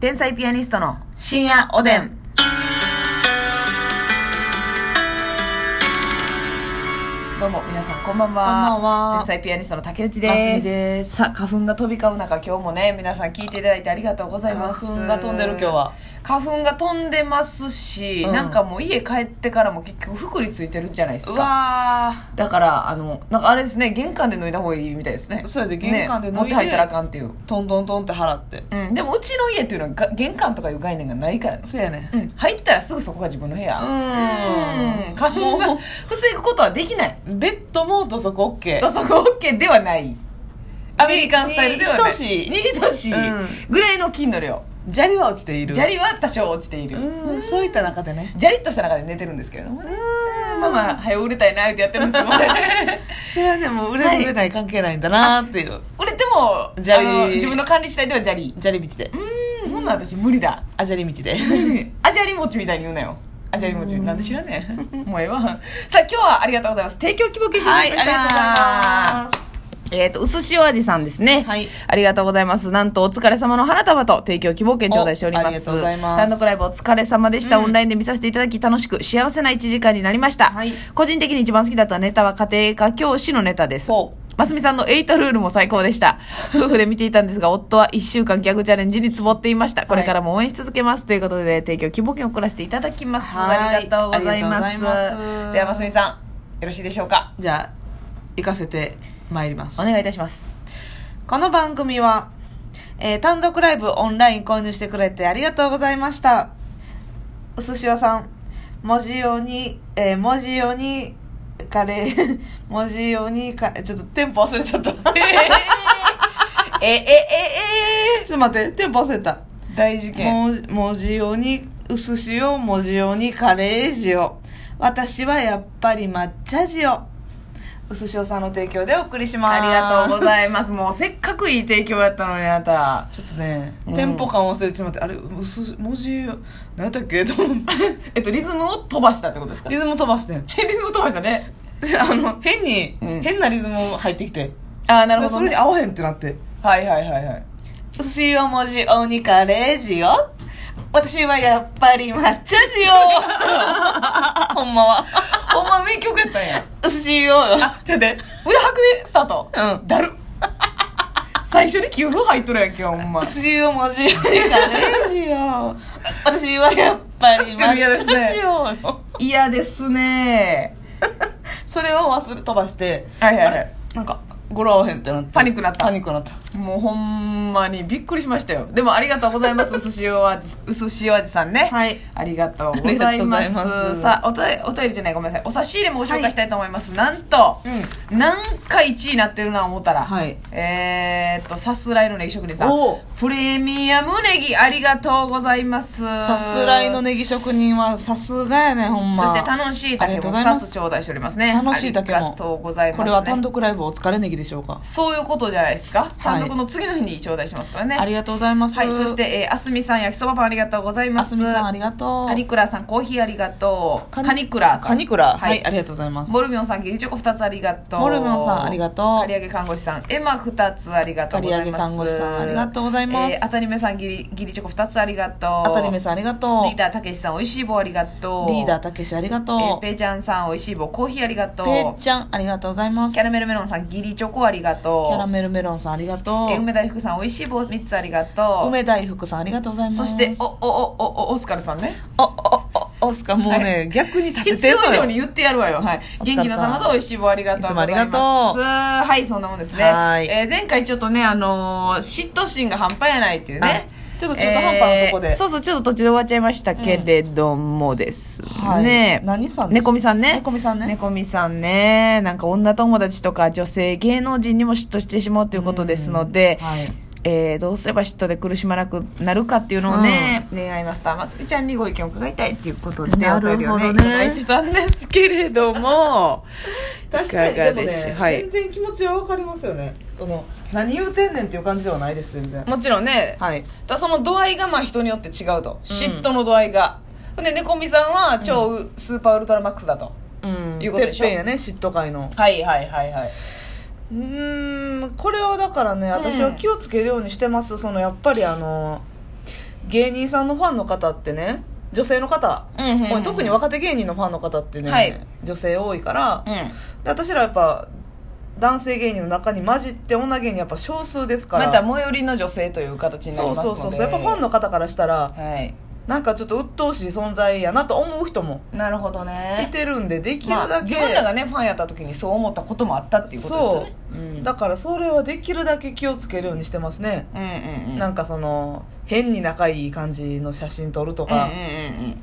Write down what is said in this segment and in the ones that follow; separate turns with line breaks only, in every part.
天才ピアニストの深夜おでん。どうも皆さんこんばんは。
こんばんは
天才ピアニストの竹内です。
ますみです
さあ花粉が飛び交う中今日もね皆さん聞いていただいてありがとうございます。
花粉が飛んでる今日は。
花粉が飛んでますし、
うん
なんかもう家帰ってからも結局服についてるじゃないです
う
か。
わ
だからあのなんかあれですね玄関で脱いだ方がいいみたいですね。
そうやで玄関で脱
ね、
いで
持って入ったらあかんっていう。
ートントントンって払って
うん、でもうちの家っていうのはが玄関とかいう概念がないからね、
そうやね
うん、入ったらすぐそこが自分の部屋
う
うんん花粉が
も
防ぐことはできない
ベッドも土足 OK
土足 OK ではないアメリカンスタイルではない
に等しい
に等しい
うん
ぐらいの菌の量
砂利は落ちている
砂利は多少落ちている
うんそういった中でね
ジャリッとした中で寝てるんですけれどもねまあまあ早う売れたいなってやってる んですけどね
それはねもう売れ
は
る
い
売れない関係ないんだなーっていう
売れても
砂利
あの自分の管理次第では砂利
砂利道で
うんほんなら私無理だ
あ砂利道で
アジアリモチみたいに言うなよアジアリモチなんで知らねえもうええわさあ今日はありがとうございます提供希望研究所
はいありがとうございます
えっ、とうすしお味さんですね
はい
ありがとうございますなんとお疲れ様の花束と提供希望券頂戴しております
おありがとうございます
スタンドクライブお疲れ様でした、オンラインで見させていただき楽しく幸せな1時間になりました、
はい
個人的に一番好きだったネタは家庭科教師のネタです
そう
ますみさんのエイトルールも最高で した。夫婦で見ていたんですが、夫は1週間ギャグチャレンジにつぼっていました。これからも応援し続けます。ということで、提供希望券を送らせていただきます。
はい
ありがとうございます。
ありがとうございます
では、ますみさん、よろしいでしょうか。
じゃあ行かせてまいります
お願いいたします。
この番組は、えー単独ライブオンライン購入してくれてありがとうございました。うすしおさん、文字用に、えー文字用に、カレー、 文字用にカレー、ちょっとテンポ忘れちゃった。ち ょっ
え、え、え、え
と待って、テンポ忘れた。
大事件。
文字文字用に、うすしお、文字用にカレー塩。私はやっぱり抹茶塩。うすしおさんの提供でお送りします。
ありがとうご
い
ざいます。もう、せっかくいい提供やったのに、あなた。
ちょっとね、
うん
テンポ感忘れてしまってあれ薄文字何やったっけ と思って
えっと、リズムを飛ばしたってことですか
リズム飛ばしてん
リズム飛ばしたね。
あの変に、
うん
変なリズム入ってきて
ああ、なるほ
そ
ど、
れに
ね。
合わへんってなって
はいはいはいはい。
「寿司を文字鬼カレージよ私はやっぱり抹茶塩 ほんまは
ほんま名曲やったんや。
寿司を
あ、ちょっと待って、裏拍でスタート。
うん
だる。最初に給付入っとるやんけ、ほんま。
寿司を文字鬼カレージよ私はやっぱり抹茶塩、
嫌ですね。
それを忘れ飛ばして
はいはいはい
あれなんか語呂合わへんってなって
パニックなった
パニックなった
もうほんまにびっくりしましたよ。でもありがとうございます、うすしお味、うすしお味さんね。
はい
ありがとうござ
あり
い
がとうご
ま
ざ
す。
います
さあ、おたえ、お便りじゃない、ごめんなさい。お差し入れもご紹介したいと思います。なんと、なんか1位になってるな思ったら、
はい
えーっと、さすらいのネギ職人さん
おう。
プレミアムネギ、ありがとうございます。
さすらいのネギ職人はさすがやねほんま
そして楽しい
あ
竹
りがと
も
うございま
2
す
つ頂戴しておりますね
楽しい竹も
ありがとうございます、ね、
これは単独ライブお疲れネギでしょうか、
そういうことじゃないですか単独の次の日に頂戴しますからね、
ありがとうございます
はいそして、えー、あすみさん焼きそばパンありがとうございま
あ
す
すみさんありがとう
カニクラさんコーヒーありがとう
カニ
カニクラさん
カニクラ
は
はいい、ありがとうございます
ボルミョンさんギリチョコ2つありがとう
ボルミョンさんありがとう
刈り上げ看護師さんエマ2つありがとうございます
刈り上げ看護師さんありがとうございます
えー、あたりめさんギリギリチョコ2つありがとう
あたりめさんありがとう
リーダーたけしさんおいしい棒ありがとう
リーダーたけしありが
えー
とう、
ペイちゃんさんおいしい棒コーヒーありがとう
ぺーちゃんありがとうございます
キャラ
キ
メルメロンさんギリチョコありがとう
ャラメルメロンさんありがと
えー
う
梅田福さんおいしい棒3つありがとう
梅大福さんありがとうございます
そしておおおおおオスカルさんね
おおおオスカーもうね、逆に立て
必
てん
要以
の
上
よ
に言ってやるわよ、はい、
お
元
疲れさん
気の玉とおいしい棒ありがとうございます
いつもありがとう
はいそんなもんですね、
はい
えー前回ちょっとね、あのー嫉妬心が半端やないっていうね
あちょっと中途半端なとこで
えーそうそうちょっと途中で終わっちゃいましたけれどもです、
はい
ね
何さんでし
猫みさんね
猫みさんね
猫みさんねなんか女友達とか女性芸能人にも嫉妬してしまうということですので、
はい
えーどうすれば嫉妬で苦しまなくなるかっていうのをね、恋愛マスターますみちゃんにご意見を伺いたいっていうことで
な
お便
る
り
ほ
をね
どね
いただいてたんですけれど も
確かにでも
いかがでしょ
ね、
うはい
全然気持ちは分かりますよねその何言うてんねんっていう感じではないです全然
もちろんね、
はい
ただその度合いがまあ人によって違うと、嫉妬の度合いがほんで猫みさんは超う、スーパーウルトラマックスだと
うん
いうことでしょ
てっぺんやね嫉妬会の
はいはいはいはいう
ーんこれはだからね私は気をつけるようにしてます、そのやっぱりあの芸人さんのファンの方ってね女性の方、
うんうんうんうん
特に若手芸人のファンの方ってね、
はい
女性多いから、
うん
で私らやっぱ男性芸人の中に混じって女芸人やっぱ少数ですから
また最寄りの女性という形になりま
そう
すの
そう
で
そうそうやっぱファンの方からしたら
はい
なんかちょっと鬱陶しい存在やなと思う人も
なるほど
い
ね
てるんでできる
まあ
だけ、
自分らがねファンやった時にそう思ったこともあったっていうことですよねうん
だからそれはできるだけ気をつけるようにしてますね、
うんうんうん
なんかその変に仲いい感じの写真撮るとか、
うんう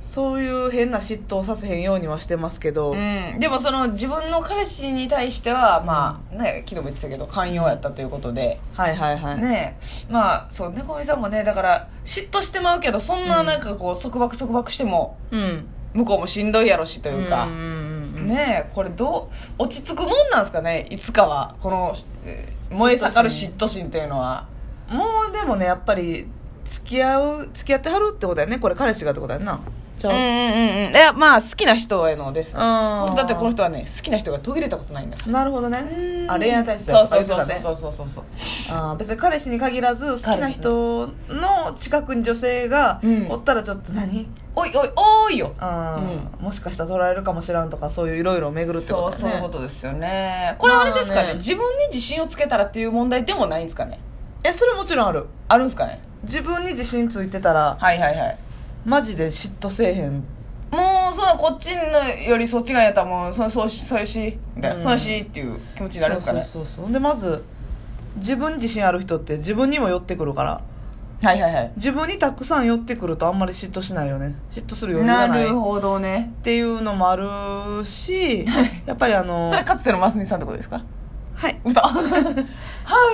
そういう変な嫉妬をさせへんようにはしてますけど、
んうんうんうんでもその自分の彼氏に対してはまあね昨日も言ってたけど寛容やったということで
はいはいはい、
ねえまあそう猫みさんもねだから嫉妬してまうけどそんななんかこう束縛束縛しても
うん
向こうもしんどいやろしと
と
いうか、ねえこれどう落ち着くもんなんですかねいつかはこの、えー燃え盛る嫉妬心というのは
もうでもねやっぱり付き合う付き合ってはるってことやねこれ彼氏がってことやんなちゃ
うんうんうんうんいやまあ好きな人へのですね
う、うん、
だってこの人はね好きな人が途切れたことないんだか
なるほど
ら
ねあ恋愛体質
そ
だ
う
とか
そう
言って
そう
た
そうそうそう
ね
そうそう
あー別に彼氏に限らず好きな人の近くに女性が
うん
おったらちょっと何、
おいおいおいよ
あーもしかしたら取られるかもしらんとかそういういろいろ巡るって
そ
こ
う
と
そう
だ
いう
よ
こ
ね
とですよねこれあれですかね,、
まあね
自分に自信をつけたらっていう問題でもないんですかね
いやそれもちろんある
あるんですかね
自分に自信ついてたら
はいはいはい
マジで嫉妬せえへん
もうそのこっちのよりそっちがやったらもうそのそうしそうやしみたいな、
うん
そうやしっていう気持ちになるんですかね
そうそうそうそうでまず自分に自信ある人って自分にも寄ってくるから
はいはいはい
自分にたくさん寄ってくるとあんまり嫉妬しないよね嫉妬する余裕
な
がないっ
るほどね
ていうのもあるしやっぱりあの
それかつての真澄さんってことです か
はいう
そはあ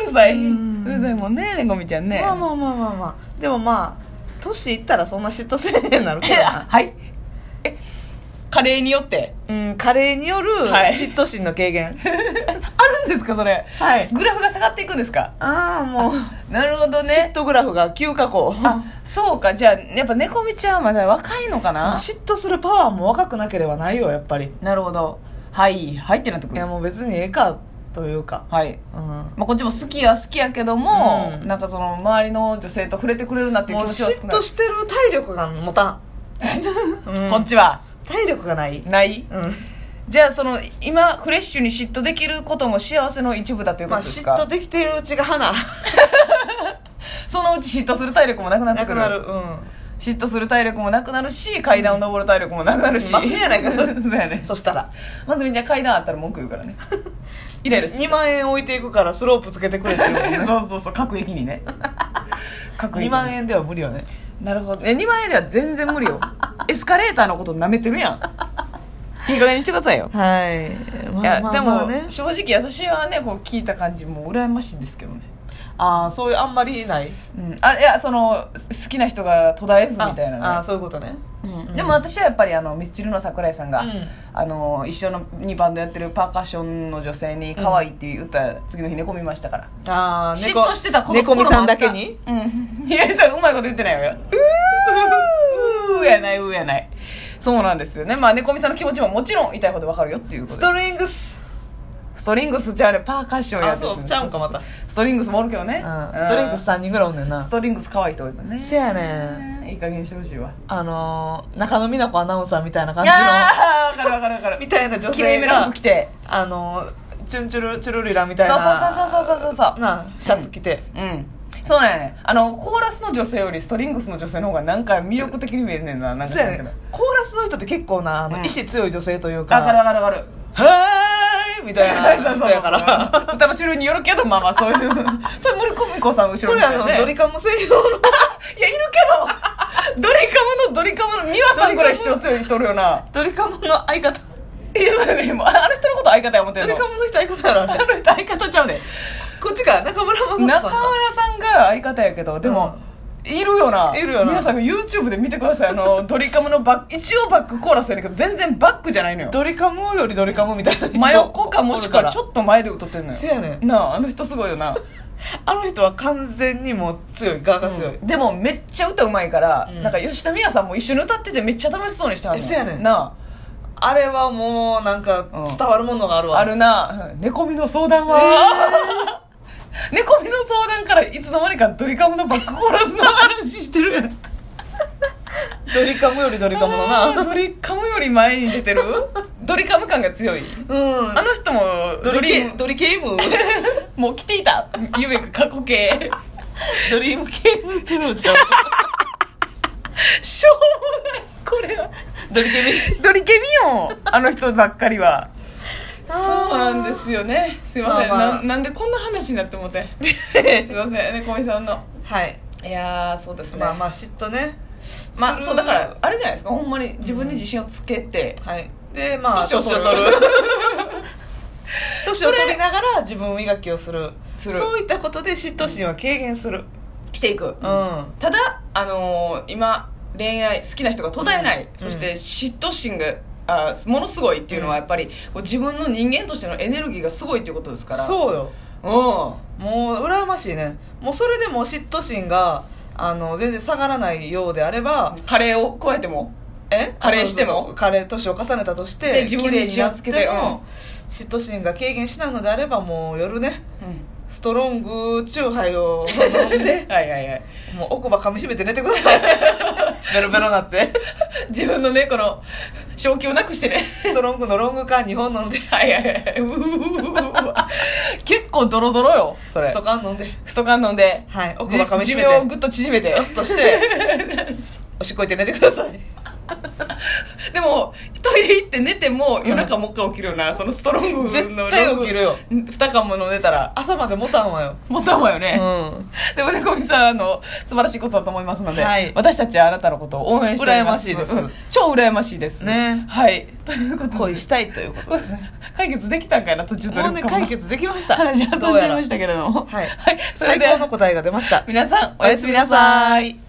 うるさい
うん
うるさいもんねれんごみちゃんね
まあまあまあまあまあでもまあ年いったらそんな嫉妬せえへんなるけ
え
ど
あ
な
はいえカレーによって
うん加齢による
はい
嫉妬心の軽 減
あるんですかそれ
はい、
グラフが下がっていくんですか
ああもう、
なるほど
嫉
ね
妬グラフが急下降
あそうかじゃあやっぱ猫みちゃんはまだ若いのかな
嫉妬するパワーも若くなければないよやっぱり
なるほどはいはいってなってく
いや
る
もう別にええかというか
はい
うん
まあ、こっちも好きは好きやけども、
うん
なんかその周りの女性と触れてくれるなっていう
も
気
う
持ちは少
嫉
ない
妬してる体力が持 たん、うん
こっちは
体力がない、
ない
うん
じゃあその今フレッシュに嫉妬できることも幸せの一部だというこ
まあ、
とです
嫉
か、
妬できているうちが花
そのうち嫉妬する体力もなくなって
な
く
く
る
なる、うん、
嫉妬する体力もなくなるし階段を登る体力もなくなるし、
マスミやないか
そうやね
そしたら
まずみちゃん階段あったら文句言う からねイライラして
2万円置いていくからスロープつけてくれって言う もんね
そうそうそう各駅に ね各駅
2
に
万円では無理よね
なるほどえ2万円では全然無理 よエスカレーターのこと舐めてるやんいい加減にしてくださいよ
はい
いや、でも、正直私はねこう聞いた感じもう羨ましいんですけどね、
ああそういうあんまりない
うん、あいやそのす好きな人が途絶えずみたい
あ
な
あ
ね
そういうことね
うんでも私はやっぱりあのミスチルの桜井さんが、
うん
あの一緒のにバンドやってるパーカッションの女性に可愛いって言ったら次の日寝込みましたから、
ああ
嫉妬してたこの
猫みさんだけ
頃
に
もあったうんい やさうまいこと言ってないよ うーやないうーやないそうなんですよねまあ猫みさんの気持ちももちろん痛いほどわかるよっていうこと
ス
で
トリングス
ストリングスじゃあれパーカッションや
あ
って
そうちゃうんかまた、うん、
ストリングスもおるけどね、
ストリングス3人ぐらいおんねんな
ストリングス可愛い人多いもんね
せやね
いい加減にしてほしいわ
あのー、中野美奈子アナウンサーみたいな感じの
ああ分かる分かる分かる
みたいな女
きれい
性
めな
が
服着て
あのー、チュンチュルチュルリラみた
そう
い
そう
な
そうそうそうそうそう
なあシャツ着て、
うんそうなんやねあのコーラスの女性よりストリングスの女性の方がなんか魅力的に見えんねんななんか
そうや
知らんけど
ねコーラスの人って結構なあの、
うん
意志強い女性というか
わかるわかるわかる
はーいみたい
そ
な
う
人
そう
やから
うん歌の種類によるけどまあまあそういう それ森公美子さんの後
こ
ろ
れ
みた
あ
い
の
な、ね、
ドリカム専用の
いやいるけどドリカムのドリカムの美和さんぐらい主張強い人おるよな
ドリカムの相方
いやそうやねもうああの人のこと相方や思って
ド
ん
リ
の
カムの人相方やろあ
あ
れ
の人相方ちゃうで
こっちか中村雅人さん
中
か
村さんが相方やけどでも、いるよない
るよな
皆さん YouTube で見てくださいあのドリカムのバック一応バックコーラスやねんけど全然バックじゃないのよ
ドリカムよりドリカムみたいな人
真横かもしくはち
っ
ょっと前で歌ってんのよ
せやねん
なああの人すごいよな
あの人は完全にもう強いガーが強い、
でもめっちゃ歌うまいから、
うん
なんか吉田美和さんも一緒に歌っててめっちゃ楽しそうにしてはんの
えせやねん
な
あれはもうなんか伝わるものがある
あ
わ、
あるなうん猫みの相談は、 猫みの相談からいつの間にかドリカムのバックコーラスの話して
ドリカムよりドリカムだ
あー
な
ドリカムより前に出 てるドリカム感が強い
うん
あの人も
ドリケ
ーム
ドリケーム
もう来ていたゆべく過去形
ドリームゲームってのじゃん
しょうもないこれは
ドリケー
ドリケミよあの人ばっかりは
あー
そうなんですよねすいません、
まあま
な
あ
なんでこんな話になっても ってすい
ム
ません猫みさんの
はい
いやーそうですね
まあまあ嫉妬ね
まあ
する
そうだからあれじゃないですかほんまに自分に自信をつけて、
はいでまあ
年
年
を
を
取
取
る
る 年を取りながら自分磨きをする
する
そういったことで嫉妬心は軽減する
来ていく、
うん、
ただあのー今恋愛好きな人が途絶えない、
うん
そして嫉妬心があーものすごいっていうのはやっぱり、こう自分の人間としてのエネルギーがすごいっていうことですからう
そうよ
ん
もう羨ましいねもうそれでも嫉妬心があの全然下がらないようであれば
カレーを加えても
え
加齢しても
そうそうそう加齢年を重ねたとして
で自分に
綺麗なっ
自信をつけてうん
嫉妬心が軽減しないのであればもう夜ね
うん
ストロングチューハイを飲ん で
はいはいはい
もう奥歯噛みしめて寝てくだ さいベロベロなって
自分のねこの正気をなくしてね
ストロングのロング缶2本飲んで
はいはいはいうーわ結構ドロドロよそれ
スト缶飲んで
ストカン飲んで
はい奥
じ
歯噛みし
寿
め
命を
て
ぐっと縮 めて
そしておしっこいって寝てください
でもトイレ行って寝ても夜中もう一回起きるようなそのストロング
絶
の
対起きるよ
2缶も飲んでたら
朝まで持たんわよ
もったいないよね、
う
でもねこみさんあの素晴らしいことだと思いますので、
はい
私たちはあなたのことを応援しております
羨ましいです
うん超羨ましいです
ね
はいということで
ん恋したいということでね
解決できたんかいな途中で
もうね解決できました
話挟ん
ど
じゃ
うや
い
ら
ましたけれども
はい
はい、それ
最
で
高の答えが出ました
皆さんお
お
や
や
す
す
み
み
な
な
さい
さい